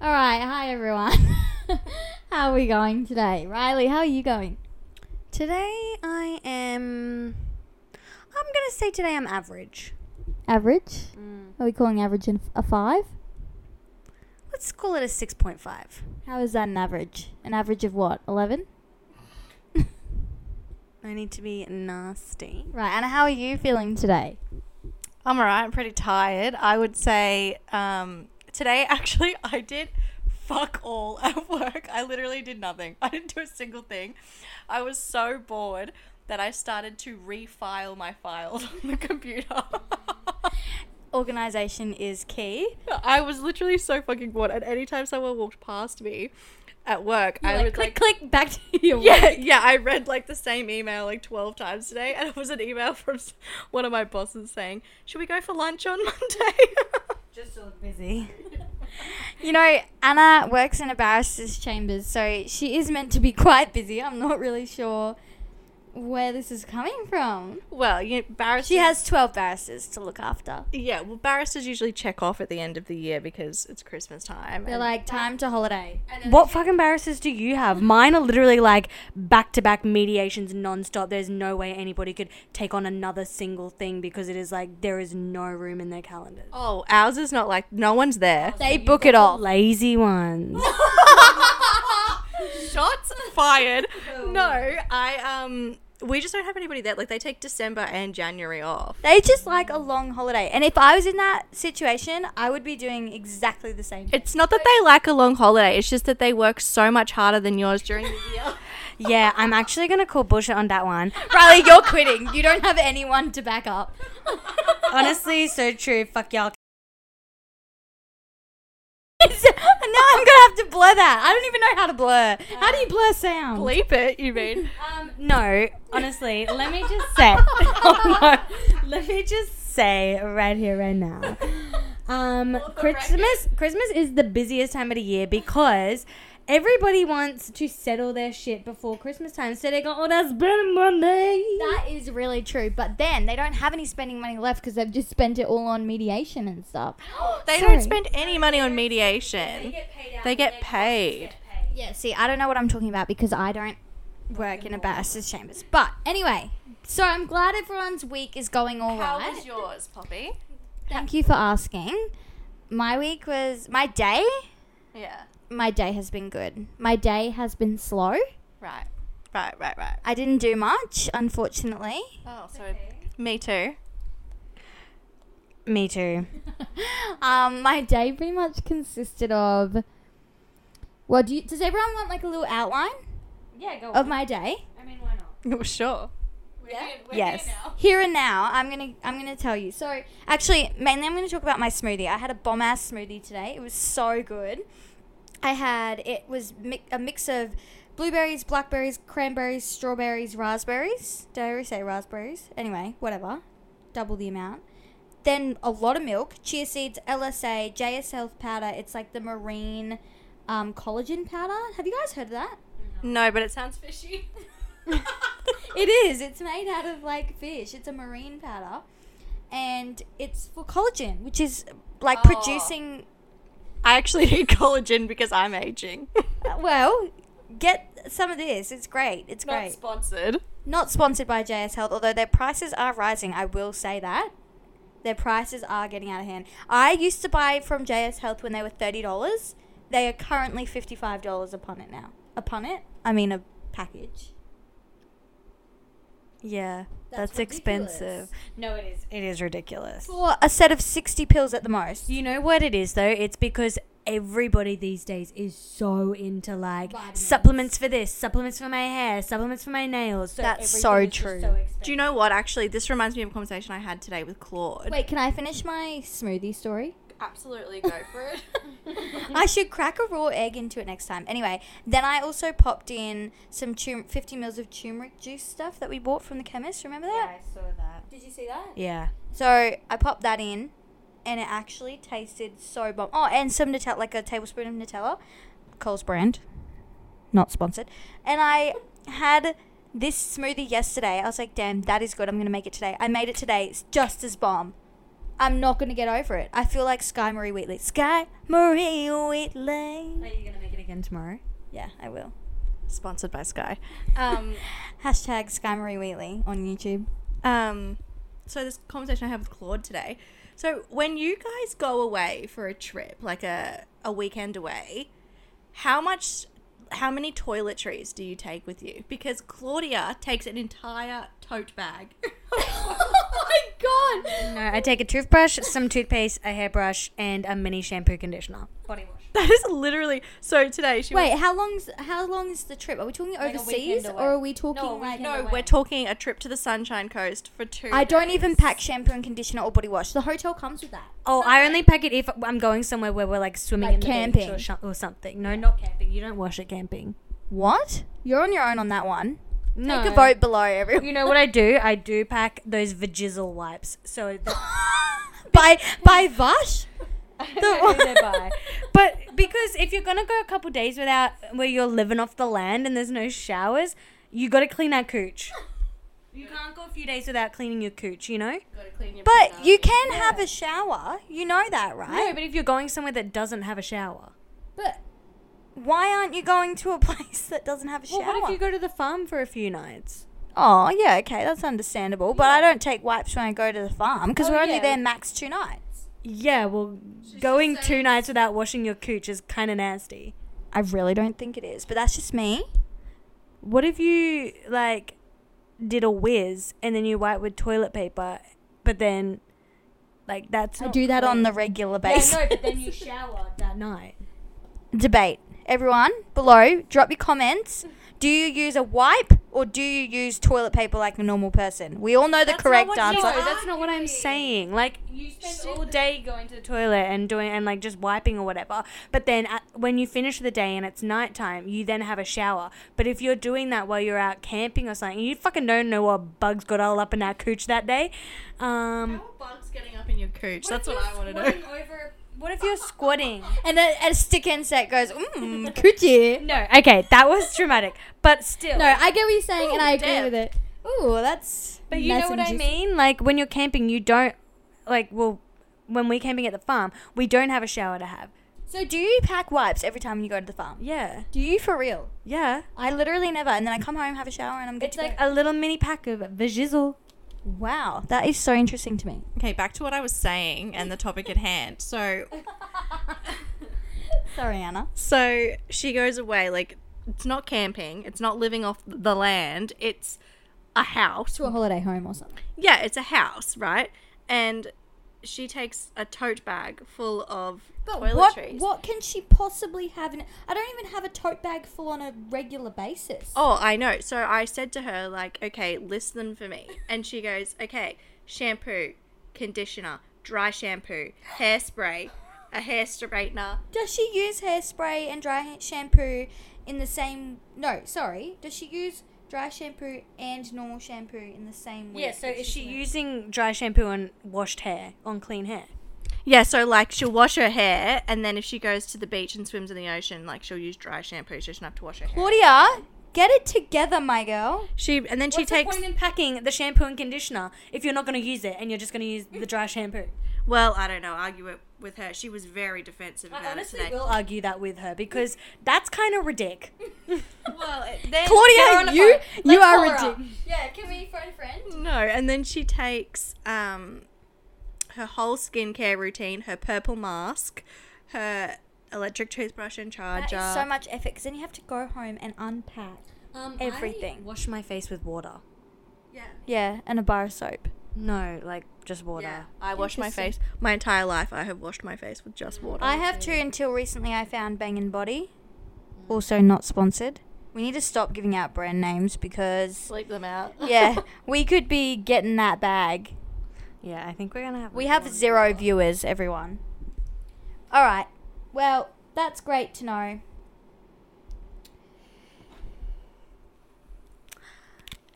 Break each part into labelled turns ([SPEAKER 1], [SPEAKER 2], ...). [SPEAKER 1] All right, hi everyone. how are we going today? Riley, how are you going?
[SPEAKER 2] Today I am. I'm gonna say today I'm average.
[SPEAKER 1] Average? Are we calling average an- a 5?
[SPEAKER 2] Let's call it a six point five.
[SPEAKER 1] How is that an average? An average of what? 11?
[SPEAKER 2] I need to be nasty.
[SPEAKER 1] Right, and how are you feeling today?
[SPEAKER 3] I'm all right. I'm pretty tired. I would say um, today, actually, I did fuck all at work. I literally did nothing. I didn't do a single thing. I was so bored that I started to refile my files on the computer.
[SPEAKER 2] Organization is key.
[SPEAKER 3] I was literally so fucking bored. And anytime someone walked past me at work, I
[SPEAKER 2] Like,
[SPEAKER 3] was
[SPEAKER 2] click,
[SPEAKER 3] like,
[SPEAKER 2] click, back to your
[SPEAKER 3] yeah, yeah. I read like the same email like 12 times today, and it was an email from s- one of my bosses saying, Should we go for lunch on Monday?
[SPEAKER 2] Just so busy. you know, Anna works in a barrister's
[SPEAKER 1] Chambers, so she is meant to be quite busy. I'm not really sure where this is coming from.
[SPEAKER 3] Well, you barristers.
[SPEAKER 2] She has 12 barristers to look after.
[SPEAKER 3] Yeah, well, barristers usually check off at the end of the year because it's Christmas time.
[SPEAKER 1] They're
[SPEAKER 3] and-
[SPEAKER 1] like, time to holiday.
[SPEAKER 2] What fucking barristers do you have? Mine are literally like back to back mediations nonstop. There's no way anybody could take on another single thing because it is like there is no room in their calendars.
[SPEAKER 3] oh, ours is not like no one's there.
[SPEAKER 1] They book it off.
[SPEAKER 2] Lazy ones.
[SPEAKER 3] Shots fired. No, I um, we just don't have anybody there. Like they take December and January off.
[SPEAKER 1] They just like a long holiday. And if I was in that situation, I would be doing exactly the same.
[SPEAKER 3] It's not that they lack a long holiday. It's just that they work so much harder than yours during the year.
[SPEAKER 2] yeah, I'm actually gonna call bullshit on that one.
[SPEAKER 1] Riley, you're quitting. You don't have anyone to back up.
[SPEAKER 2] Honestly, so true. Fuck y'all.
[SPEAKER 1] It's- now I'm gonna have to blur that. I don't even know how to blur. How do you blur sound?
[SPEAKER 3] Bleep it, you mean?
[SPEAKER 2] Um, No, honestly, let me just say. Oh no, let me just say right here, right now. Um, Christmas, Christmas is the busiest time of the year because everybody wants to settle their shit before Christmas time, so they "Oh, got all that spending money.
[SPEAKER 1] That is really true. But then they don't have any spending money left because they've just spent it all on mediation and stuff.
[SPEAKER 3] They
[SPEAKER 1] Sorry.
[SPEAKER 3] don't spend any money on mediation. They get paid.
[SPEAKER 1] Yeah, see, I don't know what I'm talking about because I don't work in a barrister's chambers. But anyway, so I'm glad everyone's week is going all right.
[SPEAKER 3] yours, Poppy?
[SPEAKER 1] Thank you for asking. My week was my day.
[SPEAKER 3] Yeah.
[SPEAKER 1] My day has been good. My day has been slow.
[SPEAKER 3] Right. Right. Right. Right.
[SPEAKER 1] I didn't do much, unfortunately.
[SPEAKER 3] Oh, so me too.
[SPEAKER 2] Me too.
[SPEAKER 1] Um, my day pretty much consisted of. Well, do you, does everyone want like a little outline
[SPEAKER 2] Yeah, go.
[SPEAKER 1] of my day?
[SPEAKER 2] I mean, why not?
[SPEAKER 3] sure.
[SPEAKER 2] yes.
[SPEAKER 1] Here and now, I'm gonna I'm gonna tell you. So actually, mainly I'm gonna talk about my smoothie. I had a bomb ass smoothie today. It was so good. I had it was mi- a mix of blueberries, blackberries, cranberries, strawberries, raspberries. Did I already say raspberries? Anyway, whatever. Double the amount. Then a lot of milk, chia seeds, LSA, JS Health powder. It's like the marine um, collagen powder. Have you guys heard of that?
[SPEAKER 2] Mm-hmm.
[SPEAKER 3] No, but it sounds fishy.
[SPEAKER 1] It is. It's made out of like fish. It's a marine powder, and it's for collagen, which is like
[SPEAKER 3] Oh.
[SPEAKER 1] producing.
[SPEAKER 3] I actually need collagen because I'm aging.
[SPEAKER 1] uh, Well, get some of this. It's great. It's
[SPEAKER 3] Not
[SPEAKER 1] great.
[SPEAKER 3] sponsored.
[SPEAKER 1] Not sponsored by JS Health, although their prices are rising. I will say that. Their prices are getting out of hand. I used to buy from JS Health when they were thirty dollars. They are currently fifty-five dollars upon it now. Upon it, I mean a package.
[SPEAKER 2] Yeah,
[SPEAKER 1] That's
[SPEAKER 2] that's,
[SPEAKER 1] ridiculous.
[SPEAKER 2] expensive. No, it is. It is ridiculous.
[SPEAKER 1] For a set of sixty pills at the most.
[SPEAKER 2] You know what it is though? It's because everybody these days is so into like
[SPEAKER 1] Vitamins.
[SPEAKER 2] supplements for this, supplements for my hair, supplements for my nails. So
[SPEAKER 1] That's so
[SPEAKER 2] everything is just
[SPEAKER 1] true.
[SPEAKER 2] so expensive.
[SPEAKER 3] Do you know what? Actually, this reminds me of a conversation I had today with Claude.
[SPEAKER 1] Wait, can I finish my smoothie story?
[SPEAKER 3] absolutely go for it.
[SPEAKER 1] I should crack a raw egg into it next time. Anyway, then I also popped in some tum- 50 mils of turmeric juice stuff that we bought from the chemist. Remember that?
[SPEAKER 2] I saw that.
[SPEAKER 1] Did you see that?
[SPEAKER 2] Yeah.
[SPEAKER 1] So I popped that in, and it actually tasted so bomb. Oh, and some Nutella, like a tablespoon of Nutella, Coles brand, not sponsored. And I had this smoothie yesterday. I was like, damn, that is good. I'm gonna make it today. I made it today. It's just as bomb. I'm not gonna get over it. I feel like Sky Marie Wheatley. Sky Marie Wheatley.
[SPEAKER 2] again tomorrow.
[SPEAKER 1] Yeah, I will.
[SPEAKER 3] Sponsored by Sky. Um,
[SPEAKER 1] Hashtag Sky Marie Wheatley on YouTube.
[SPEAKER 3] um, so this conversation I had with Claude today. So when you guys go away for a trip, like a a weekend away, how much, how many toiletries do you take with you? Because Claudia takes an entire tote bag.
[SPEAKER 1] oh my god!
[SPEAKER 2] No, I take a toothbrush, some toothpaste, a hairbrush, and a mini shampoo conditioner.
[SPEAKER 3] Body wash. That is literally so. Today she was-
[SPEAKER 1] Wait, how long's how long is the trip? Are we talking
[SPEAKER 4] a
[SPEAKER 1] overseas
[SPEAKER 4] weekend away.
[SPEAKER 1] or are we talking
[SPEAKER 4] No, a
[SPEAKER 1] like?
[SPEAKER 4] weekend
[SPEAKER 3] No,
[SPEAKER 4] away.
[SPEAKER 3] we're talking a trip to the Sunshine Coast for two.
[SPEAKER 1] I don't even pack shampoo and conditioner or body wash. The hotel comes with that.
[SPEAKER 2] Oh, I only pack it if I'm going somewhere where we're like swimming
[SPEAKER 1] Like
[SPEAKER 2] in the camping.
[SPEAKER 1] camping.
[SPEAKER 2] beach or, sh- or something. No, not camping. You don't wash at camping.
[SPEAKER 1] What? You're on your own on that one.
[SPEAKER 2] No.
[SPEAKER 1] Take a vote below, everyone.
[SPEAKER 2] You know what I do? I do pack those vajizzle wipes. So that-
[SPEAKER 1] by by Vash.
[SPEAKER 2] the one they buy. But because if you're gonna go a couple days without where you're living off the land and there's no showers, you gotta clean that cooch. You can't go a few days without cleaning your cooch, you know.
[SPEAKER 1] But you can have a shower. You know that,
[SPEAKER 2] No,
[SPEAKER 1] right?
[SPEAKER 2] but if you're going somewhere that doesn't have a shower,
[SPEAKER 1] But why aren't you going to a place that doesn't have a shower?
[SPEAKER 2] well, what if you go to the farm for a few nights?
[SPEAKER 1] oh, yeah, okay, that's understandable. But I don't take wipes when I go to the farm because
[SPEAKER 4] Oh,
[SPEAKER 1] we're only
[SPEAKER 4] yeah.
[SPEAKER 1] there max two nights.
[SPEAKER 2] Yeah, well, going two nights without washing your cooch is kind of nasty.
[SPEAKER 1] I really don't think it is, but that's just me.
[SPEAKER 2] What if you like did a whiz and then you wipe with toilet paper, but then like that's
[SPEAKER 1] I
[SPEAKER 2] not
[SPEAKER 1] do that
[SPEAKER 2] clean.
[SPEAKER 1] on the regular basis.
[SPEAKER 2] shower that night.
[SPEAKER 1] Debate. Everyone below, drop your comments. Do you use a wipe or do you use toilet paper like a normal person? We all know the
[SPEAKER 3] That's not
[SPEAKER 1] correct
[SPEAKER 3] what you
[SPEAKER 1] answer.
[SPEAKER 2] No,
[SPEAKER 3] So-
[SPEAKER 2] that's not what I'm saying. Like you spend all day going to the toilet and doing and like just wiping or whatever. But then at, when you finish the day and it's nighttime, you then have a shower. But if you're doing that while you're out camping or something, you fucking don't know what bugs got all up in that cooch that day. Um,
[SPEAKER 3] How are bugs getting up in your cooch? That's what I want to know.
[SPEAKER 2] squatting over- what if you're squatting?
[SPEAKER 1] And a, a stick insect goes, mmm, coochie.
[SPEAKER 2] No, okay, that was traumatic, but still.
[SPEAKER 1] No, I get what you're saying, and I agree
[SPEAKER 3] depth.
[SPEAKER 1] with it. Ooh, that's.
[SPEAKER 2] But you know
[SPEAKER 1] nice
[SPEAKER 2] what
[SPEAKER 1] and
[SPEAKER 2] I
[SPEAKER 1] juicy.
[SPEAKER 2] mean? Like when you're camping, you don't like well when we're camping at the farm, we don't have a shower to have.
[SPEAKER 1] So, do you pack wipes every time you go to the farm?
[SPEAKER 2] Yeah.
[SPEAKER 1] Do you for real?
[SPEAKER 2] Yeah.
[SPEAKER 1] I literally never, and then I come home, have a shower, and I'm good
[SPEAKER 2] It's
[SPEAKER 1] to
[SPEAKER 2] like
[SPEAKER 1] go.
[SPEAKER 2] a little mini pack of vajizzle.
[SPEAKER 1] wow, that is so interesting to me.
[SPEAKER 3] Okay, back to what I was saying and the topic at hand. So,
[SPEAKER 1] Sorry, Anna.
[SPEAKER 3] so she goes away. Like, it's not camping. It's not living off the land. It's a house.
[SPEAKER 1] To a holiday home or something.
[SPEAKER 3] Yeah, it's a house, right? And she takes a tote bag full of toiletries.
[SPEAKER 1] What, what can she possibly have in I don't even have a tote bag full on a regular basis.
[SPEAKER 3] Oh, I know. So I said to her, like, okay, list them for me. And she goes, okay, shampoo, conditioner, dry shampoo, hairspray, a hair straightener.
[SPEAKER 1] Does she use hairspray and dry ha- shampoo in the same. No, sorry. Does she use dry shampoo and normal shampoo in the same week?
[SPEAKER 2] Yeah, so
[SPEAKER 1] that
[SPEAKER 2] is
[SPEAKER 1] she's
[SPEAKER 2] she
[SPEAKER 1] doing it?
[SPEAKER 2] using dry shampoo on washed hair, on clean hair?
[SPEAKER 3] Yeah, so like she'll wash her hair, and then if she goes to the beach and swims in the ocean, like she'll use dry shampoo. She doesn't have to wash her hair.
[SPEAKER 1] Claudia, get it together, my girl.
[SPEAKER 3] She and then she
[SPEAKER 2] What's
[SPEAKER 3] takes.
[SPEAKER 2] the point in packing the shampoo and conditioner if you're not going to use it and you're just going to use the dry shampoo?
[SPEAKER 3] Well, I don't know. Argue it with her. She was very defensive about
[SPEAKER 2] I honestly
[SPEAKER 3] it today.
[SPEAKER 2] will argue that with her because that's kind of ridiculous.
[SPEAKER 3] Well,
[SPEAKER 1] Claudia, you you are ridiculous.
[SPEAKER 4] Yeah, can we phone friend?
[SPEAKER 3] No, and then she takes um, her whole skincare routine, her purple mask, her electric toothbrush and charger.
[SPEAKER 1] That is so much effort because then you have to go home and unpack.
[SPEAKER 2] Um,
[SPEAKER 1] Everything.
[SPEAKER 2] I wash my face with water.
[SPEAKER 3] yeah.
[SPEAKER 1] Yeah, and a bar of soap.
[SPEAKER 2] No, like just water.
[SPEAKER 3] Yeah, I wash my face. My entire life, I have washed my face with just water.
[SPEAKER 1] I have too until recently I found Bang and Body.
[SPEAKER 2] Mm.
[SPEAKER 1] Also not sponsored. We need to stop giving out brand names because
[SPEAKER 3] sleep them out.
[SPEAKER 1] yeah, we could be getting that bag.
[SPEAKER 2] Yeah, I think we're gonna have.
[SPEAKER 1] We have zero viewers, everyone. All right. Well, that's great to know.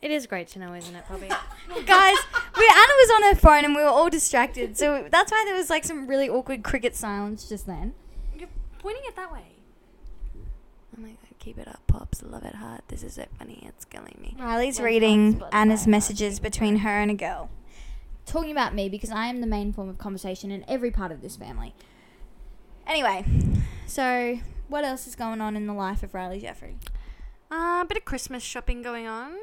[SPEAKER 2] It is great to know, isn't it, Poppy?
[SPEAKER 1] Guys, we, Anna was on her phone and we were all distracted. So that's why there was like some really awkward cricket silence just then.
[SPEAKER 2] You're pointing it that way.
[SPEAKER 4] Oh my god, keep it up, pops. Love it hard. This is so funny. It's killing me.
[SPEAKER 1] Riley's
[SPEAKER 4] When
[SPEAKER 1] reading
[SPEAKER 4] on Spotify,
[SPEAKER 1] Anna's
[SPEAKER 4] I'll
[SPEAKER 1] messages between her and a girl. Talking about me because I am the main form of conversation in every part of this family. Anyway, so What else is going on in the life of Riley Jeffrey?
[SPEAKER 2] Uh, a bit of Christmas shopping going on.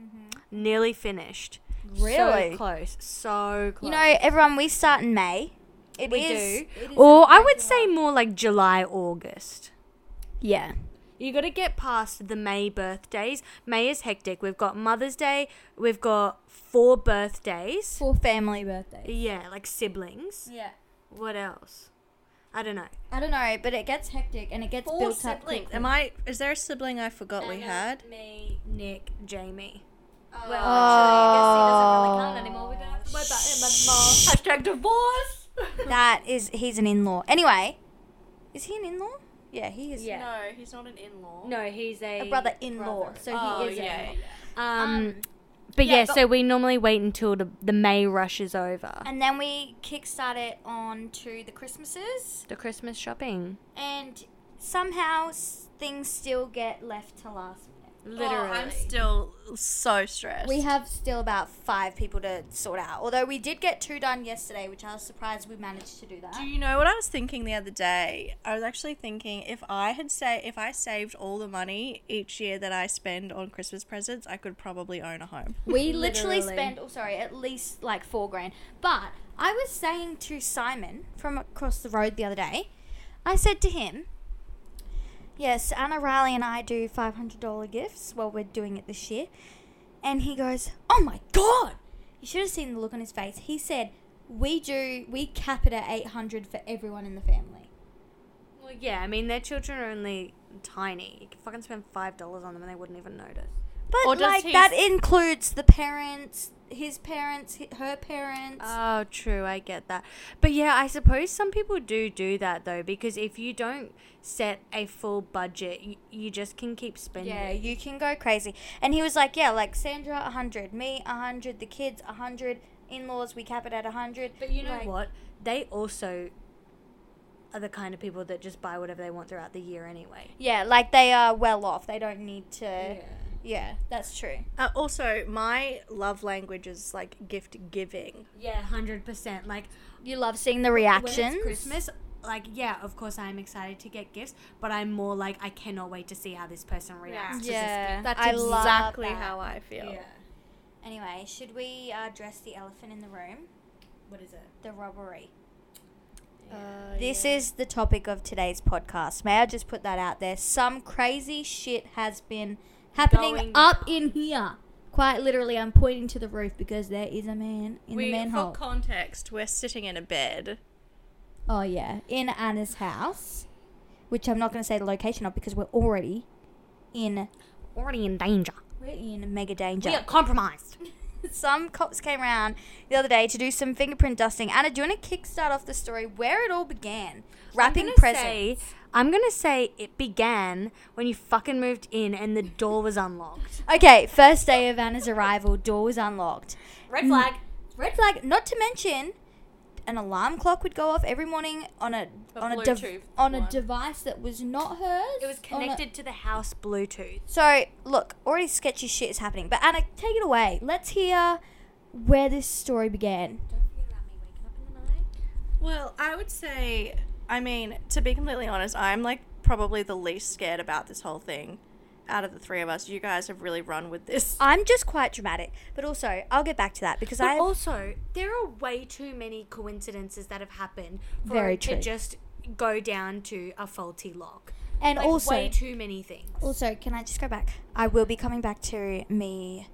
[SPEAKER 1] Mm-hmm.
[SPEAKER 2] Nearly finished. So close. So close.
[SPEAKER 1] You know, everyone, we start in May. It
[SPEAKER 2] We
[SPEAKER 1] is-
[SPEAKER 2] do.
[SPEAKER 1] it is
[SPEAKER 2] or I
[SPEAKER 1] exactly
[SPEAKER 2] would
[SPEAKER 1] right.
[SPEAKER 2] say more like July, August.
[SPEAKER 1] yeah.
[SPEAKER 2] You got to get past the May birthdays. May is hectic. We've got Mother's Day. We've got four birthdays.
[SPEAKER 1] For family birthdays.
[SPEAKER 2] Yeah, like siblings.
[SPEAKER 1] Yeah.
[SPEAKER 2] What else? I don't know.
[SPEAKER 1] I don't know, but it gets hectic and it gets
[SPEAKER 2] Four
[SPEAKER 1] built up.
[SPEAKER 2] siblings.
[SPEAKER 1] quickly.
[SPEAKER 3] Am I? Is there a sibling I forgot we
[SPEAKER 2] Anna,
[SPEAKER 3] had?
[SPEAKER 2] me, Nick, Jamie.
[SPEAKER 4] Oh.
[SPEAKER 2] Well, actually, I guess he doesn't really count anymore. We don't have to worry about him anymore. Hashtag divorce.
[SPEAKER 1] That is, he's an in law. Anyway, is he an in law? Yeah, he is.
[SPEAKER 2] Yeah.
[SPEAKER 3] No, he's not an in-law.
[SPEAKER 2] No, he's a,
[SPEAKER 1] A brother in law. So
[SPEAKER 3] Oh
[SPEAKER 1] he is.
[SPEAKER 3] yeah.
[SPEAKER 1] Yeah.
[SPEAKER 3] yeah.
[SPEAKER 2] Um, but
[SPEAKER 1] yeah,
[SPEAKER 2] yeah,
[SPEAKER 1] but-
[SPEAKER 2] so we normally wait until the, the May rush is over.
[SPEAKER 1] And then we kickstart it on to the Christmases,
[SPEAKER 2] the Christmas shopping,
[SPEAKER 1] and somehow s- things still get left to last minute.
[SPEAKER 2] literally.
[SPEAKER 3] Oh, I'm still so stressed.
[SPEAKER 1] We have still about five people to sort out. Although we did get two done yesterday, which I was surprised we managed to do that.
[SPEAKER 3] Do you know what I was thinking the other day? I was actually thinking if I had say if I saved all the money each year that I spend on Christmas presents, I could probably own a home.
[SPEAKER 1] we literally,
[SPEAKER 2] Literally.
[SPEAKER 1] spent, oh, sorry, at least like four grand. But I was saying to Simon from across the road the other day, I said to him, Yes, Anna Riley and I do $500 gifts. Well, we're doing it this year. And he goes, Oh my God! You should have seen the look on his face. He said, We do, we cap it at 800 for everyone in the family.
[SPEAKER 2] Well, yeah, I mean their children are only tiny. You could fucking spend five dollars on them and they wouldn't even notice.
[SPEAKER 1] But
[SPEAKER 3] Or does
[SPEAKER 1] like
[SPEAKER 3] he-
[SPEAKER 1] that includes the parents, his parents, hi- her parents.
[SPEAKER 2] Oh, true. I get that. But yeah, I suppose some people do do that though, because if you don't set a full budget, you, you just can keep spending.
[SPEAKER 1] yeah, you can go crazy. And he was like, yeah, like Sandra, 100, me, 100, the kids, 100, in-laws, we cap it at 100.
[SPEAKER 2] But you know
[SPEAKER 1] Like-
[SPEAKER 2] what? They also are the kind of people that just buy whatever they want throughout the year anyway.
[SPEAKER 1] Yeah, like they are well off. They don't need to. Yeah, that's true.
[SPEAKER 3] Uh, also, my love language is like gift giving.
[SPEAKER 2] Yeah, hundred percent. Like
[SPEAKER 1] You love seeing the
[SPEAKER 2] when
[SPEAKER 1] reactions.
[SPEAKER 2] it's Christmas, like yeah, of course I'm excited to get gifts, but I'm more like I cannot wait to see how this person reacts. to this
[SPEAKER 1] Yeah,
[SPEAKER 2] gift.
[SPEAKER 1] that's I love
[SPEAKER 3] exactly
[SPEAKER 1] that.
[SPEAKER 3] how I feel.
[SPEAKER 2] Yeah.
[SPEAKER 1] Anyway, should we uh, address the elephant in the room?
[SPEAKER 2] What is it?
[SPEAKER 1] The robbery.
[SPEAKER 3] Uh,
[SPEAKER 1] This is the topic of today's podcast. May I just put that out there? Some crazy shit has been happening
[SPEAKER 2] Going
[SPEAKER 1] up
[SPEAKER 2] down.
[SPEAKER 1] in here. Quite literally, I'm pointing to the roof because there is a man in
[SPEAKER 3] we,
[SPEAKER 1] the manhole.
[SPEAKER 3] For context, we're sitting in a bed.
[SPEAKER 1] oh yeah, in Anna's house, which I'm not going to say the location of because we're already in
[SPEAKER 2] Already in danger.
[SPEAKER 1] we're in mega danger.
[SPEAKER 2] We are compromised.
[SPEAKER 1] some cops came around the other day to do some fingerprint dusting. Anna, do you want to kickstart off the story where it all began? Wrapping
[SPEAKER 2] gonna
[SPEAKER 1] presents.
[SPEAKER 2] say- I'm gonna say it began when you fucking moved in and the door was unlocked.
[SPEAKER 1] Okay, first day of Anna's arrival, door was unlocked.
[SPEAKER 2] Red
[SPEAKER 1] Mm.
[SPEAKER 2] flag.
[SPEAKER 1] Red flag. Not to mention, an alarm clock would go off every morning on a, on a dev-
[SPEAKER 3] Bluetooth
[SPEAKER 1] on a
[SPEAKER 3] one.
[SPEAKER 1] device that was not hers.
[SPEAKER 2] It was
[SPEAKER 1] on a-
[SPEAKER 2] connected to the house Bluetooth.
[SPEAKER 1] so look, already sketchy shit is happening. But Anna, take it away. Let's hear where this story began.
[SPEAKER 2] Don't forget about me waking up in the night.
[SPEAKER 3] Well, I would say, I mean, to be completely honest, I'm like probably the least scared about this whole thing out of the three of us. You guys have really run with this.
[SPEAKER 1] I'm just quite dramatic, but also I'll get back to that because
[SPEAKER 2] But
[SPEAKER 1] I
[SPEAKER 2] also, there are way too many coincidences that have happened for
[SPEAKER 1] Very
[SPEAKER 2] it
[SPEAKER 1] true.
[SPEAKER 2] to just go down to a faulty lock.
[SPEAKER 1] and
[SPEAKER 2] Like,
[SPEAKER 1] also
[SPEAKER 2] way too many things.
[SPEAKER 1] Also, can I just go back? I will be coming back to me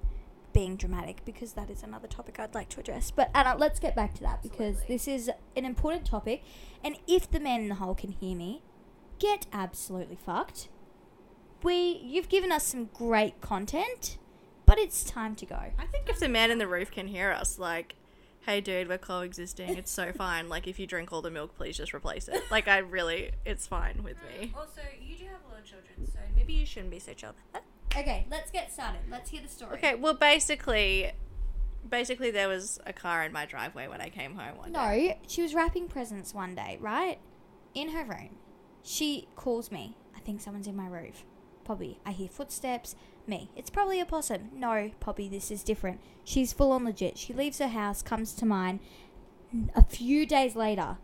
[SPEAKER 1] being dramatic because that is another topic I'd like to address. But Anna, let's get back to that because this is an important topic. And if the man in the hole can hear me, get absolutely fucked. We, you've given us some great content, but it's time to go.
[SPEAKER 3] I think if the man in the roof can hear us, like, hey, dude, we're coexisting. It's so fine. Like, if you drink all the milk, please just replace it. Like, I really, it's fine with me.
[SPEAKER 2] Also, you do have little children, so maybe you shouldn't be so chilled.
[SPEAKER 1] Okay, let's get started. Let's hear the story.
[SPEAKER 3] Okay, well, basically, basically, there was a car in my driveway when I came home one day.
[SPEAKER 1] No, she was wrapping presents one day, right? In her room. She calls me. I think someone's in my roof. Poppy, I hear footsteps. Me. It's probably a possum. No, Poppy, this is different. She's full on legit. She leaves her house, comes to mine. A few days later,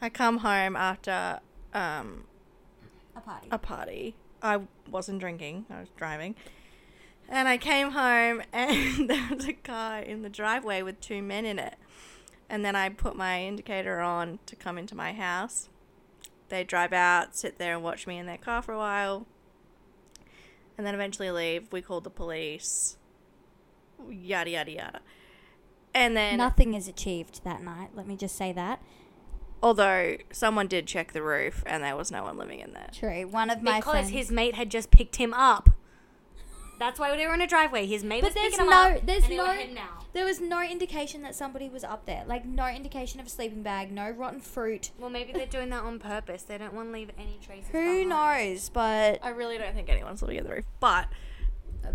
[SPEAKER 3] I come home after um,
[SPEAKER 1] A party.
[SPEAKER 3] a party. I wasn't drinking, I was driving. And I came home and there was a car in the driveway with two men in it. And then I put my indicator on to come into my house. They drive out, sit there and watch me in their car for a while. And then eventually leave. We called the police. Yada yada yada. And then
[SPEAKER 1] Nothing is achieved that night. Let me just say that.
[SPEAKER 3] although someone did check the roof and there was no one living in there.
[SPEAKER 1] True. One of my
[SPEAKER 2] Because
[SPEAKER 1] friends.
[SPEAKER 2] his mate had just picked him up. That's why they were in a driveway. His mate
[SPEAKER 1] but
[SPEAKER 2] was
[SPEAKER 1] there's
[SPEAKER 2] picking him
[SPEAKER 1] no,
[SPEAKER 2] up.
[SPEAKER 1] there's
[SPEAKER 2] and they were
[SPEAKER 1] no,
[SPEAKER 2] heading out.
[SPEAKER 1] there was no indication that somebody was up there. Like no indication of a sleeping bag, no rotten fruit.
[SPEAKER 2] Well, maybe they're doing that on purpose. They don't want to leave any traces.
[SPEAKER 1] Who
[SPEAKER 2] behind.
[SPEAKER 1] knows? But
[SPEAKER 3] I really don't think anyone's living at the roof. But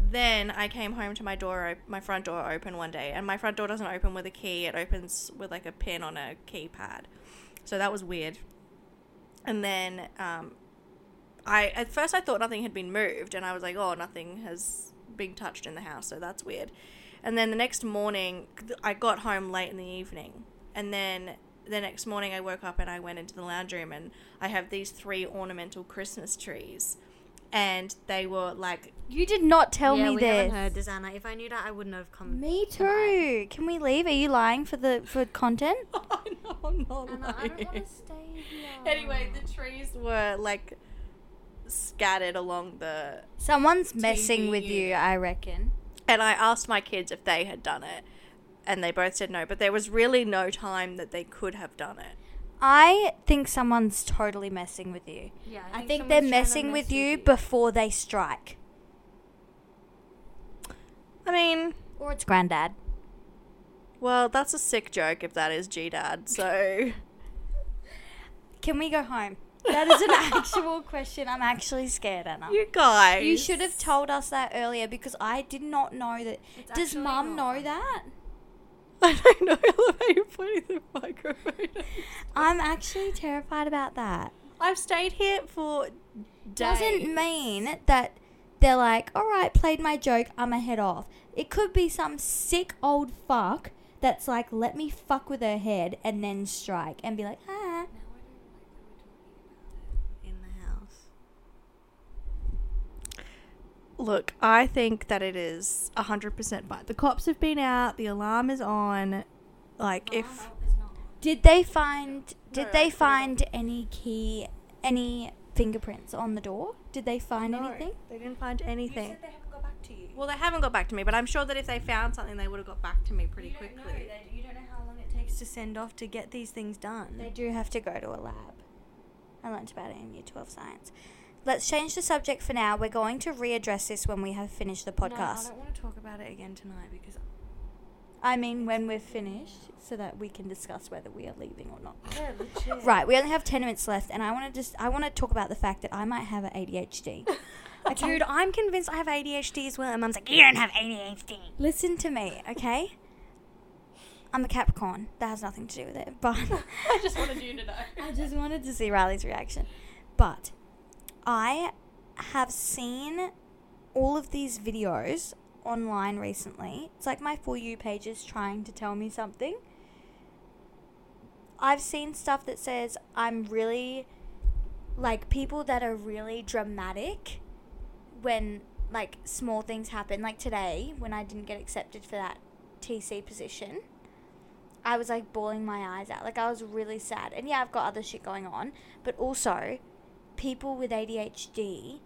[SPEAKER 3] then I came home to my door, op- my front door open one day, and my front door doesn't open with a key. It opens with like a pin on a keypad. So that was weird. And then um, I at first I thought nothing had been moved, and I was like, oh, nothing has been touched in the house, so that's weird. And then the next morning, I got home late in the evening, and then the next morning I woke up and I went into the lounge room, and I have these three ornamental Christmas trees, and they were like
[SPEAKER 1] you did not tell
[SPEAKER 2] yeah,
[SPEAKER 1] me
[SPEAKER 2] we
[SPEAKER 1] this.
[SPEAKER 2] haven't heard this, Anna. If I knew that, I wouldn't have come.
[SPEAKER 1] Me too. Can we leave? Are you lying for the for content?
[SPEAKER 3] oh no, I'm not
[SPEAKER 1] Anna, I don't
[SPEAKER 3] lying.
[SPEAKER 1] want to stay here.
[SPEAKER 3] Anyway, the trees were like scattered along the
[SPEAKER 1] Someone's messing with you, I reckon.
[SPEAKER 3] and I asked my kids if they had done it and they both said no, but there was really no time that they could have done it.
[SPEAKER 1] I think someone's totally messing with you.
[SPEAKER 2] Yeah,
[SPEAKER 1] I think, they're messing with you before they strike.
[SPEAKER 3] I mean,
[SPEAKER 1] Or it's granddad.
[SPEAKER 3] well, that's a sick joke if that is G Dad, so
[SPEAKER 1] Can we go home? That is an actual question. I'm actually scared, Anna.
[SPEAKER 3] you guys
[SPEAKER 1] You should have told us that earlier because I did not know that.
[SPEAKER 2] It's
[SPEAKER 1] Does
[SPEAKER 2] actually
[SPEAKER 1] mum
[SPEAKER 2] not.
[SPEAKER 1] know that?
[SPEAKER 3] I don't know I love how you're pointing the microphone. at me.
[SPEAKER 1] I'm actually terrified about that.
[SPEAKER 3] I've stayed here for days.
[SPEAKER 1] Doesn't mean that they're like, all right, played my joke, I'm a head off. It could be some sick old fuck that's like, let me fuck with her head and then strike and be like, ah.
[SPEAKER 2] in the house.
[SPEAKER 3] Look, I think that it is 100% fine. The cops have been out, the alarm is on. Like, if.
[SPEAKER 1] Did they find? Did
[SPEAKER 3] No, I
[SPEAKER 1] they
[SPEAKER 3] put it on.
[SPEAKER 1] find any key, any fingerprints on the door? Did they find anything?
[SPEAKER 3] They didn't find anything.
[SPEAKER 4] they haven't got back to you.
[SPEAKER 3] well, they haven't got back to me, but I'm sure that if they found something, they would have got back to me pretty
[SPEAKER 2] You don't know.
[SPEAKER 3] quickly.
[SPEAKER 2] They- You don't know how long it takes to send off to get these things done.
[SPEAKER 1] They do have to go to a lab. I learnt about it in Year Twelve Science. Let's change the subject for now. We're going to readdress this when we have finished the
[SPEAKER 2] No, I
[SPEAKER 1] podcast.
[SPEAKER 2] don't want to talk about it again tonight because
[SPEAKER 1] I mean, when we're finished, so that we can discuss whether we are leaving or not.
[SPEAKER 2] yeah, legit.
[SPEAKER 1] Right, we only have ten minutes left, and I want to just I want to talk about the fact that I might have a ADHD.
[SPEAKER 2] Dude, I'm convinced I have ADHD as well. And mum's like, you don't have ADHD.
[SPEAKER 1] Listen to me, okay? I'm a Capricorn. That has nothing to do with it, but I
[SPEAKER 3] just wanted you to know.
[SPEAKER 1] I just wanted to see Riley's reaction. But I have seen all of these videos online recently. It's like my for you page is trying to tell me something. I've seen stuff that says I'm really like people that are really dramatic when like small things happen like today when I didn't get accepted for that TC position I was like bawling my eyes out like I was really sad and yeah I've got other shit going on but also people with ADHD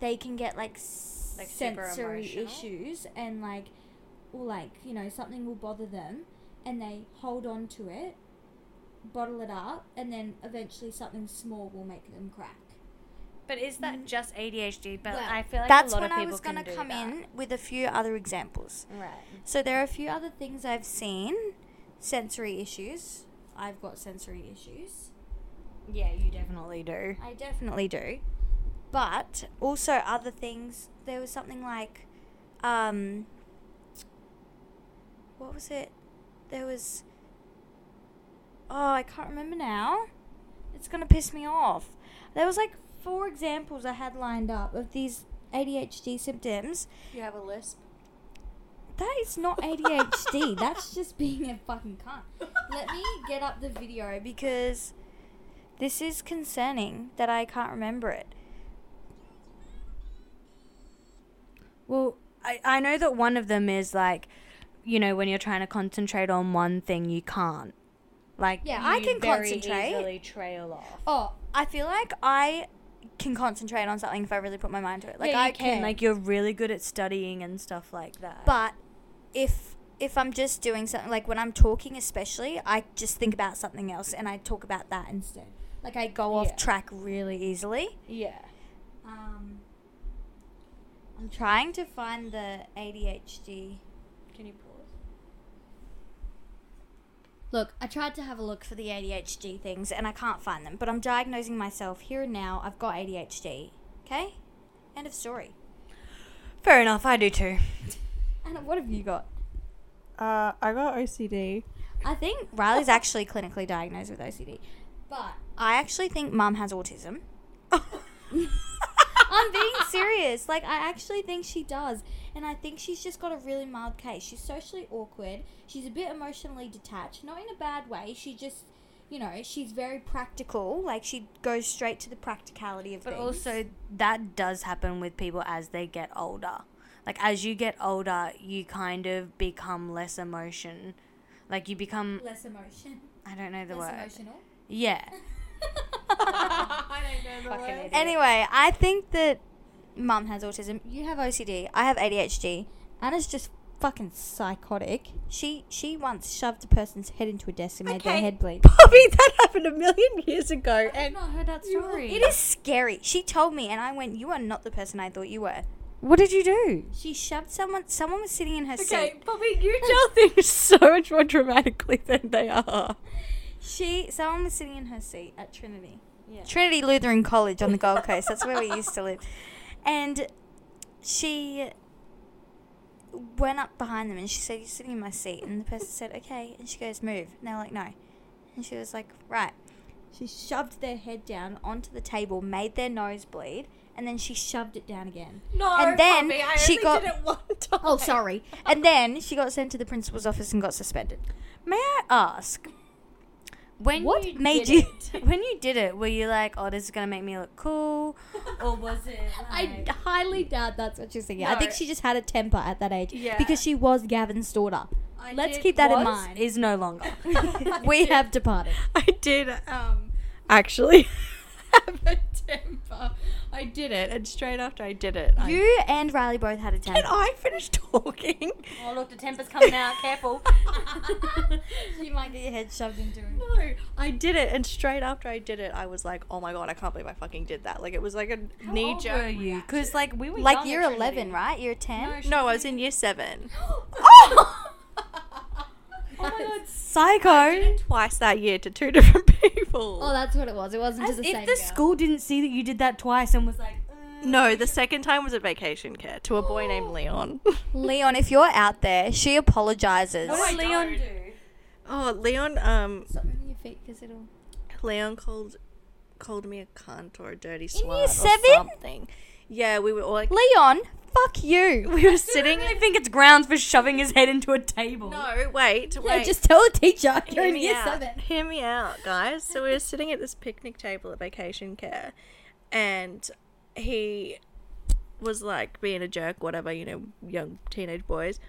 [SPEAKER 1] they can get like, s-
[SPEAKER 3] Like, super
[SPEAKER 1] sensory
[SPEAKER 3] emotional?
[SPEAKER 1] issues and like or like you know something will bother them and they hold on to it bottle it up and then eventually something small will make them crack
[SPEAKER 2] But is that just ADHD? But
[SPEAKER 1] Well,
[SPEAKER 2] I feel like
[SPEAKER 1] that's
[SPEAKER 2] a lot
[SPEAKER 1] when
[SPEAKER 2] of
[SPEAKER 1] I
[SPEAKER 2] people
[SPEAKER 1] was going to
[SPEAKER 2] can do
[SPEAKER 1] come
[SPEAKER 2] that.
[SPEAKER 1] in with a few other examples.
[SPEAKER 2] Right.
[SPEAKER 1] So there are a few other things I've seen sensory issues. I've got sensory issues.
[SPEAKER 2] Yeah, you definitely do.
[SPEAKER 1] I definitely do. But also other things. There was something like, um, what was it? There was. Oh, I can't remember now. It's gonna piss me off. There was like four examples I had lined up of these ADHD symptoms.
[SPEAKER 3] You have a lisp?
[SPEAKER 1] That is not ADHD. That's just being a fucking cunt. Let me get up the video because This is concerning that I can't remember it.
[SPEAKER 2] Well, I, I know that one of them is like, you know, when you're trying to concentrate on one thing, you can't. Like,
[SPEAKER 1] Yeah, I
[SPEAKER 2] you
[SPEAKER 1] can
[SPEAKER 2] very
[SPEAKER 1] concentrate.
[SPEAKER 2] easily trail off.
[SPEAKER 1] Oh, I feel like I can concentrate on something if I really put my mind to it. Like
[SPEAKER 2] Yeah, you
[SPEAKER 1] I can,
[SPEAKER 2] Like, you're really good at studying and stuff like that.
[SPEAKER 1] but if if I'm just doing something like when I'm talking especially, I just think about something else and I talk about that instead. Like I go
[SPEAKER 2] Yeah.
[SPEAKER 1] off track really easily.
[SPEAKER 2] yeah,
[SPEAKER 1] Um I'm trying to find the ADHD.
[SPEAKER 2] can you pause?
[SPEAKER 1] Look, I tried to have a look for the ADHD things and I can't find them, but I'm diagnosing myself here and now. I've got ADHD. Okay? End of story.
[SPEAKER 2] Fair enough. I do too.
[SPEAKER 1] Anna, what have you got?
[SPEAKER 3] Uh, I got OCD.
[SPEAKER 1] I think Riley's actually clinically diagnosed with OCD, but I actually think Mum has autism. I'm being serious. Like I actually think she does, and I think she's just got a really mild case. She's socially awkward. She's a bit emotionally detached, not in a bad way. She just, you know, she's very practical. Like she goes straight to the practicality of
[SPEAKER 2] But
[SPEAKER 1] things.
[SPEAKER 2] also, that does happen with people as they get older. Like, as you get older, you kind of become less emotion. Like, you become,
[SPEAKER 1] less emotion,
[SPEAKER 2] I don't know the
[SPEAKER 1] less
[SPEAKER 2] word.
[SPEAKER 1] emotional.
[SPEAKER 2] Yeah.
[SPEAKER 1] Anyway, I think that mum has autism. You have OCD. I have ADHD. Anna's just fucking psychotic. She she once shoved a person's head into a desk and made their head bleed.
[SPEAKER 3] Bobby, that happened a million years ago. And
[SPEAKER 2] not heard that story.
[SPEAKER 1] It is scary. She told me, and I went, "You are not the person I thought you were."
[SPEAKER 2] What did you do?
[SPEAKER 1] She shoved someone. Someone was sitting in her
[SPEAKER 3] okay,
[SPEAKER 1] seat.
[SPEAKER 3] Bobby, you tell things so much more dramatically than they are.
[SPEAKER 1] She someone was sitting in her seat at Trinity.
[SPEAKER 2] Yeah.
[SPEAKER 1] Trinity Lutheran College on the Gold Coast. That's where we used to live. And she went up behind them and she said, You're sitting in my seat. And the person said, Okay. And she goes, Move. And they're like, No. And she was like, Right. She shoved their head down onto the table, made their nose bleed, and then she shoved it down again.
[SPEAKER 3] No,
[SPEAKER 1] And then
[SPEAKER 3] Bobby, I
[SPEAKER 1] she
[SPEAKER 3] only
[SPEAKER 1] got-
[SPEAKER 3] did it one time.
[SPEAKER 1] Oh, sorry. and then she got sent to the principal's office and got suspended.
[SPEAKER 2] May I ask? When
[SPEAKER 1] What
[SPEAKER 2] you
[SPEAKER 1] made
[SPEAKER 2] did
[SPEAKER 1] you-
[SPEAKER 2] it- when you did it, were you like, "Oh, this is gonna make me look cool," or was it?
[SPEAKER 1] I
[SPEAKER 2] Like,
[SPEAKER 1] highly doubt that's what she's thinking. I
[SPEAKER 3] No.
[SPEAKER 1] think she just had a temper at that age
[SPEAKER 3] Yeah.
[SPEAKER 1] because she was Gavin's daughter.
[SPEAKER 3] I
[SPEAKER 1] Let's
[SPEAKER 3] did
[SPEAKER 1] keep that in
[SPEAKER 2] was,
[SPEAKER 1] mind.
[SPEAKER 2] Is no longer.
[SPEAKER 1] we have departed.
[SPEAKER 3] I did um actually have a temper. I did it, and straight after I did it, I,
[SPEAKER 1] You and Riley both had a
[SPEAKER 3] and
[SPEAKER 1] temper.
[SPEAKER 3] I finished talking.
[SPEAKER 2] oh look, the temper's coming out. Careful.
[SPEAKER 1] you might get your head shoved into it.
[SPEAKER 3] No, I did it, and straight after I did it, I was like, "Oh my god, I can't believe I fucking did that!" Like it was like a knee
[SPEAKER 2] Were
[SPEAKER 3] jerk.
[SPEAKER 2] you? Because like we were
[SPEAKER 1] Like
[SPEAKER 2] young
[SPEAKER 1] you're
[SPEAKER 2] at
[SPEAKER 1] 11,
[SPEAKER 2] Trinity.
[SPEAKER 1] right? You're 10.
[SPEAKER 3] No, I was in year seven.
[SPEAKER 2] Oh my god,
[SPEAKER 3] I
[SPEAKER 2] psycho.
[SPEAKER 3] did it twice that year to two different people.
[SPEAKER 1] Oh, that's what it was. It wasn't
[SPEAKER 2] As
[SPEAKER 1] to the
[SPEAKER 2] if
[SPEAKER 1] same
[SPEAKER 2] the
[SPEAKER 1] girl.
[SPEAKER 2] school didn't see that you did that twice and was like, "Uh,
[SPEAKER 3] no, the second time was at vacation care to a boy named Leon.
[SPEAKER 1] Leon, if you're out there, she apologizes.
[SPEAKER 2] "What did
[SPEAKER 3] I
[SPEAKER 2] Leon
[SPEAKER 3] don't.
[SPEAKER 2] do?"
[SPEAKER 3] oh, Leon. Um,
[SPEAKER 1] Stop moving your feet because it'll.
[SPEAKER 3] Leon called called me a cunt or a dirty slut
[SPEAKER 1] year
[SPEAKER 3] or
[SPEAKER 1] seven?
[SPEAKER 3] something. Yeah, we were all like
[SPEAKER 1] Leon, fuck you.
[SPEAKER 3] we were
[SPEAKER 2] Sitting,
[SPEAKER 3] sitting.
[SPEAKER 2] I think it's grounds for shoving his head into a table.
[SPEAKER 3] No, wait, wait.
[SPEAKER 1] No, just tell the teacher you're
[SPEAKER 3] hear
[SPEAKER 1] in
[SPEAKER 3] me
[SPEAKER 1] year
[SPEAKER 3] out.
[SPEAKER 1] 7.
[SPEAKER 3] Hear me out, guys. So we were sitting at this picnic table at Vacation Care, and he was like being a jerk, whatever, you know, young teenage boys.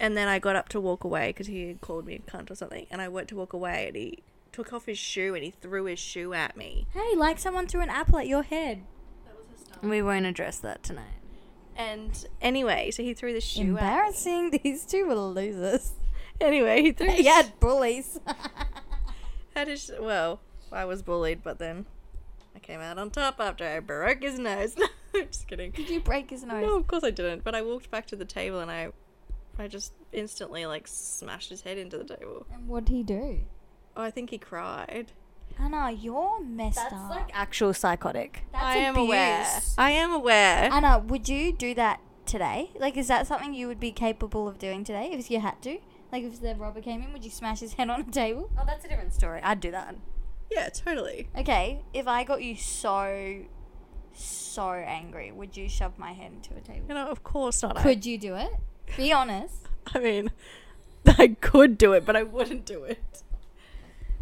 [SPEAKER 3] And then I got up to walk away because he had called me a cunt or something, and I went to walk away, and he took off his shoe and he threw his shoe at me.
[SPEAKER 1] Hey, like someone threw an apple at your head.
[SPEAKER 2] We won't address that tonight.
[SPEAKER 3] And anyway, so he threw the shoe. at me.
[SPEAKER 1] Embarrassing. These two were losers.
[SPEAKER 3] Anyway, he threw.
[SPEAKER 1] yeah, bullies.
[SPEAKER 3] That is well, I was bullied, but then I came out on top after I broke his nose. No, I'm just kidding.
[SPEAKER 1] Did you break his nose?
[SPEAKER 3] No, of course I didn't. But I walked back to the table and I, I just instantly like smashed his head into the table.
[SPEAKER 1] And what'd he do?
[SPEAKER 3] Oh, I think he cried.
[SPEAKER 1] Anna, you're messed up.
[SPEAKER 2] actual psychotic.
[SPEAKER 1] That's
[SPEAKER 3] I am
[SPEAKER 1] abuse.
[SPEAKER 3] aware. I am aware.
[SPEAKER 1] Anna, would you do that today? Like, is that something you would be capable of doing today if you had to? Like, if the robber came in, would you smash his head on a table?
[SPEAKER 2] Oh, that's a different story. I'd do that.
[SPEAKER 3] yeah, totally.
[SPEAKER 1] Okay, if I got you so, so angry, would you shove my head into a table?
[SPEAKER 3] You know, of course not. I,
[SPEAKER 1] Could you do it? Be honest.
[SPEAKER 3] I mean, I could do it, but I wouldn't do it.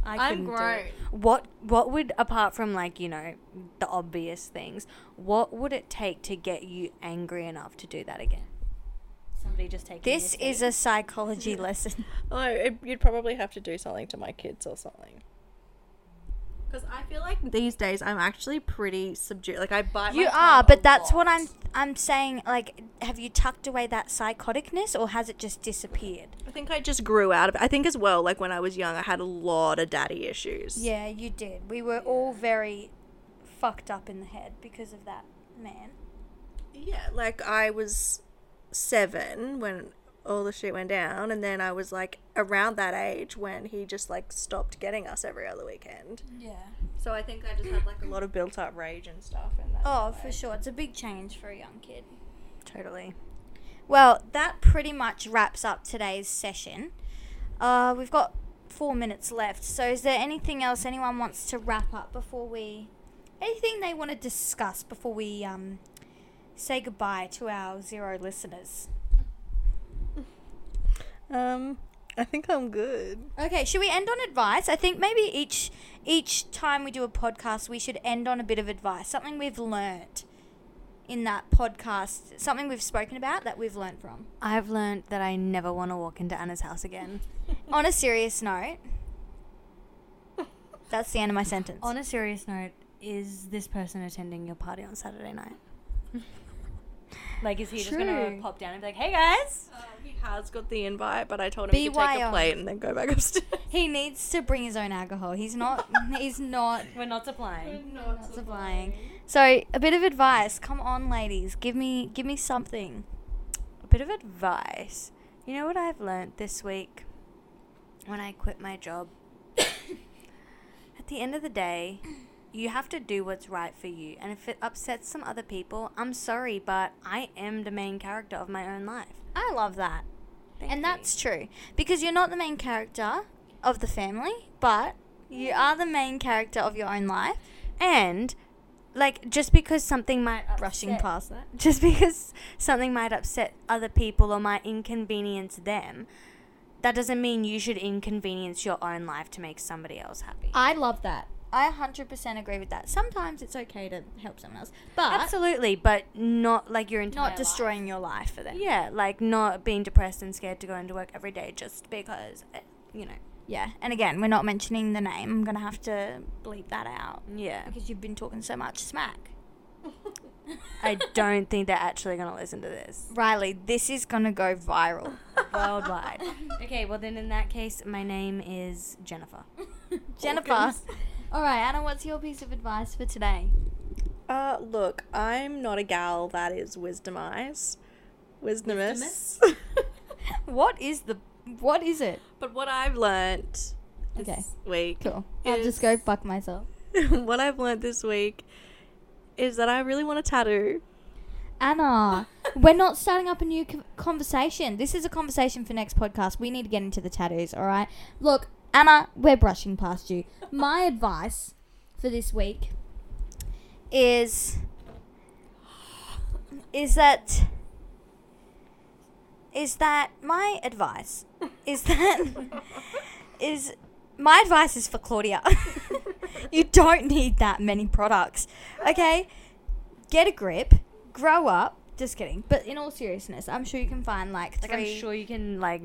[SPEAKER 2] I
[SPEAKER 3] I'm
[SPEAKER 2] couldn't do it.
[SPEAKER 3] grown.
[SPEAKER 2] What what would apart from like, you know, the obvious things, what would it take to get you angry enough to do that again? Somebody just taking
[SPEAKER 1] This
[SPEAKER 2] your
[SPEAKER 1] is a psychology lesson.
[SPEAKER 3] Oh, it, you'd probably have to do something to my kids or something. Because I feel like these days I'm actually pretty subdued. Like I bite.
[SPEAKER 1] You are, but that's what I'm I'm saying like have you tucked away that psychoticness or has it just disappeared?
[SPEAKER 3] I think I just grew out of it. I think as well, like when I was young, I had a lot of daddy issues.
[SPEAKER 1] Yeah, you did. We were all very fucked up in the head because of that man.
[SPEAKER 3] Yeah, like I was seven when all the shit went down, and then I was like around that age when he just like stopped getting us every other weekend.
[SPEAKER 1] Yeah.
[SPEAKER 3] So I think I just had like a lot of built up rage and stuff. And that
[SPEAKER 1] Oh, for sure. It's a big change for a young kid.
[SPEAKER 2] totally.
[SPEAKER 1] Well, that pretty much wraps up today's session. Uh, we've got four minutes left. So, is there anything else anyone wants to wrap up before we. Anything they want to discuss before we um, say goodbye to our zero listeners?
[SPEAKER 3] Um, I think I'm good.
[SPEAKER 1] Okay, should we end on advice? I think maybe each each time we do a podcast, we should end on a bit of advice, something we've learnt in that podcast, something we've spoken about that we've learnt from.
[SPEAKER 2] I've learned that I never want to walk into Anna's house again.
[SPEAKER 1] on a serious note, that's the end of my sentence.
[SPEAKER 2] On a serious note, is this person attending your party on Saturday night? like, is he just gonna
[SPEAKER 1] True.
[SPEAKER 2] pop down and be like, "Hey guys"?
[SPEAKER 3] He has got the invite, but I told him he could take
[SPEAKER 1] BYO.
[SPEAKER 3] a plate and then go back upstairs.
[SPEAKER 1] he needs to bring his own alcohol. He's not. he's not.
[SPEAKER 2] We're not supplying.
[SPEAKER 1] not supplying. So a bit of advice. Come on, ladies. Give me. Give me something.
[SPEAKER 2] A bit of advice. You know what I've learnt this week when I quit my job? At the end of the day, you have to do what's right for you. And if it upsets some other people, I'm sorry, but I am the main character of my own life.
[SPEAKER 1] I love that,
[SPEAKER 2] Thank
[SPEAKER 1] and
[SPEAKER 2] you.
[SPEAKER 1] that's true because you're not the main character of the family, but you are the main character of your own life.
[SPEAKER 2] and like just because something might upset,
[SPEAKER 1] Brushing past that.
[SPEAKER 2] just because something might upset other people or might inconvenience them that doesn't mean you should inconvenience your own life to make somebody else happy
[SPEAKER 1] I love that. I 100% agree with that. Sometimes it's okay to help someone else, but
[SPEAKER 2] absolutely but not like your entire
[SPEAKER 1] not
[SPEAKER 2] destroying.
[SPEAKER 1] destroying your life for them.
[SPEAKER 2] yeah like not being depressed and scared to go into work every day just because eh, you know
[SPEAKER 1] Yeah, and again, we're not mentioning the name. I'm gonna have to bleep that out
[SPEAKER 2] yeah
[SPEAKER 1] because you've been talking so much smack.
[SPEAKER 2] i don't think they're actually going to listen to this
[SPEAKER 1] Riley, this is gonna go viral.
[SPEAKER 2] worldwide okay well then in that case my name is jennifer
[SPEAKER 1] Jennifer. All right, Anna, what's your piece of advice for today?
[SPEAKER 3] Uh, look, I'm not a gal that is wisdomized. Wisdomous.
[SPEAKER 1] What is the what is it?
[SPEAKER 3] but what I've learnt this
[SPEAKER 1] Okay,
[SPEAKER 3] week,
[SPEAKER 1] cool. I'll just go fuck myself.
[SPEAKER 3] what I've learnt this week is that I really want a tattoo.
[SPEAKER 1] Anna, we're not starting up a new co- conversation. This is a conversation for next podcast. We need to get into the tattoos, all right? Look, Anna, we're brushing past you. My advice for this week is is that is that my advice is that is my advice is for Claudia. you don't need that many products. Okay? Get a grip, grow up. Just kidding. But in all seriousness, I'm sure you can find like three
[SPEAKER 2] Like I'm sure you can like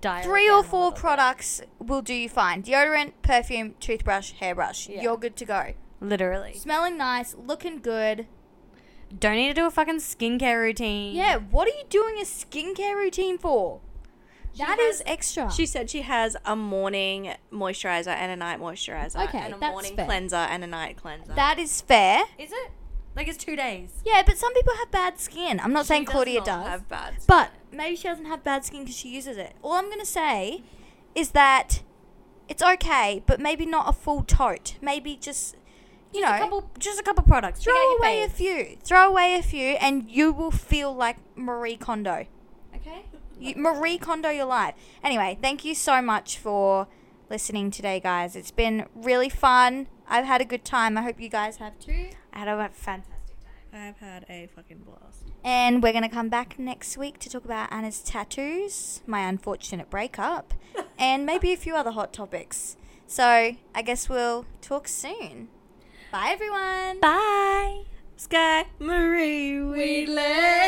[SPEAKER 2] dial it
[SPEAKER 1] three
[SPEAKER 2] down a
[SPEAKER 1] or
[SPEAKER 2] little
[SPEAKER 1] four
[SPEAKER 2] bit.
[SPEAKER 1] products will do you fine. Deodorant, perfume, toothbrush, hairbrush. You're good to go.
[SPEAKER 2] Literally,
[SPEAKER 1] Smelling nice, looking good.
[SPEAKER 2] don't need to do a fucking skincare routine.
[SPEAKER 1] Yeah, what are you doing a skincare routine for? that is extra.
[SPEAKER 3] She said she has a morning moisturizer and a night moisturizer.
[SPEAKER 1] Okay,
[SPEAKER 3] and a
[SPEAKER 1] that's
[SPEAKER 3] morning
[SPEAKER 1] fair.
[SPEAKER 3] cleanser and a night cleanser.
[SPEAKER 1] that is fair.
[SPEAKER 2] is it? Like it's two days.
[SPEAKER 1] Yeah, but some people have bad skin. I'm not saying Claudia
[SPEAKER 3] not
[SPEAKER 1] does.
[SPEAKER 3] have bad
[SPEAKER 1] But maybe she doesn't have bad skin because she uses it. All I'm going to say is that it's okay, but maybe not a full tote. Maybe just, you know,
[SPEAKER 2] A couple, just a couple products. Check out
[SPEAKER 1] throw
[SPEAKER 2] your
[SPEAKER 1] away a
[SPEAKER 2] face.
[SPEAKER 1] few. Throw away a few, and you will feel like Marie Kondo.
[SPEAKER 2] Okay.
[SPEAKER 1] You, Marie Kondo your life. Anyway, thank you so much for listening today, guys. It's been really fun. I've had a good time. I hope you guys have too.
[SPEAKER 2] I had a fantastic time.
[SPEAKER 3] I've had a fucking blast.
[SPEAKER 1] And we're going to come back next week to talk about Anna's tattoos, my unfortunate breakup, and maybe a few other hot topics.
[SPEAKER 2] So I guess we'll talk soon. Bye, everyone.
[SPEAKER 5] Bye.
[SPEAKER 3] Sky Marie, we live.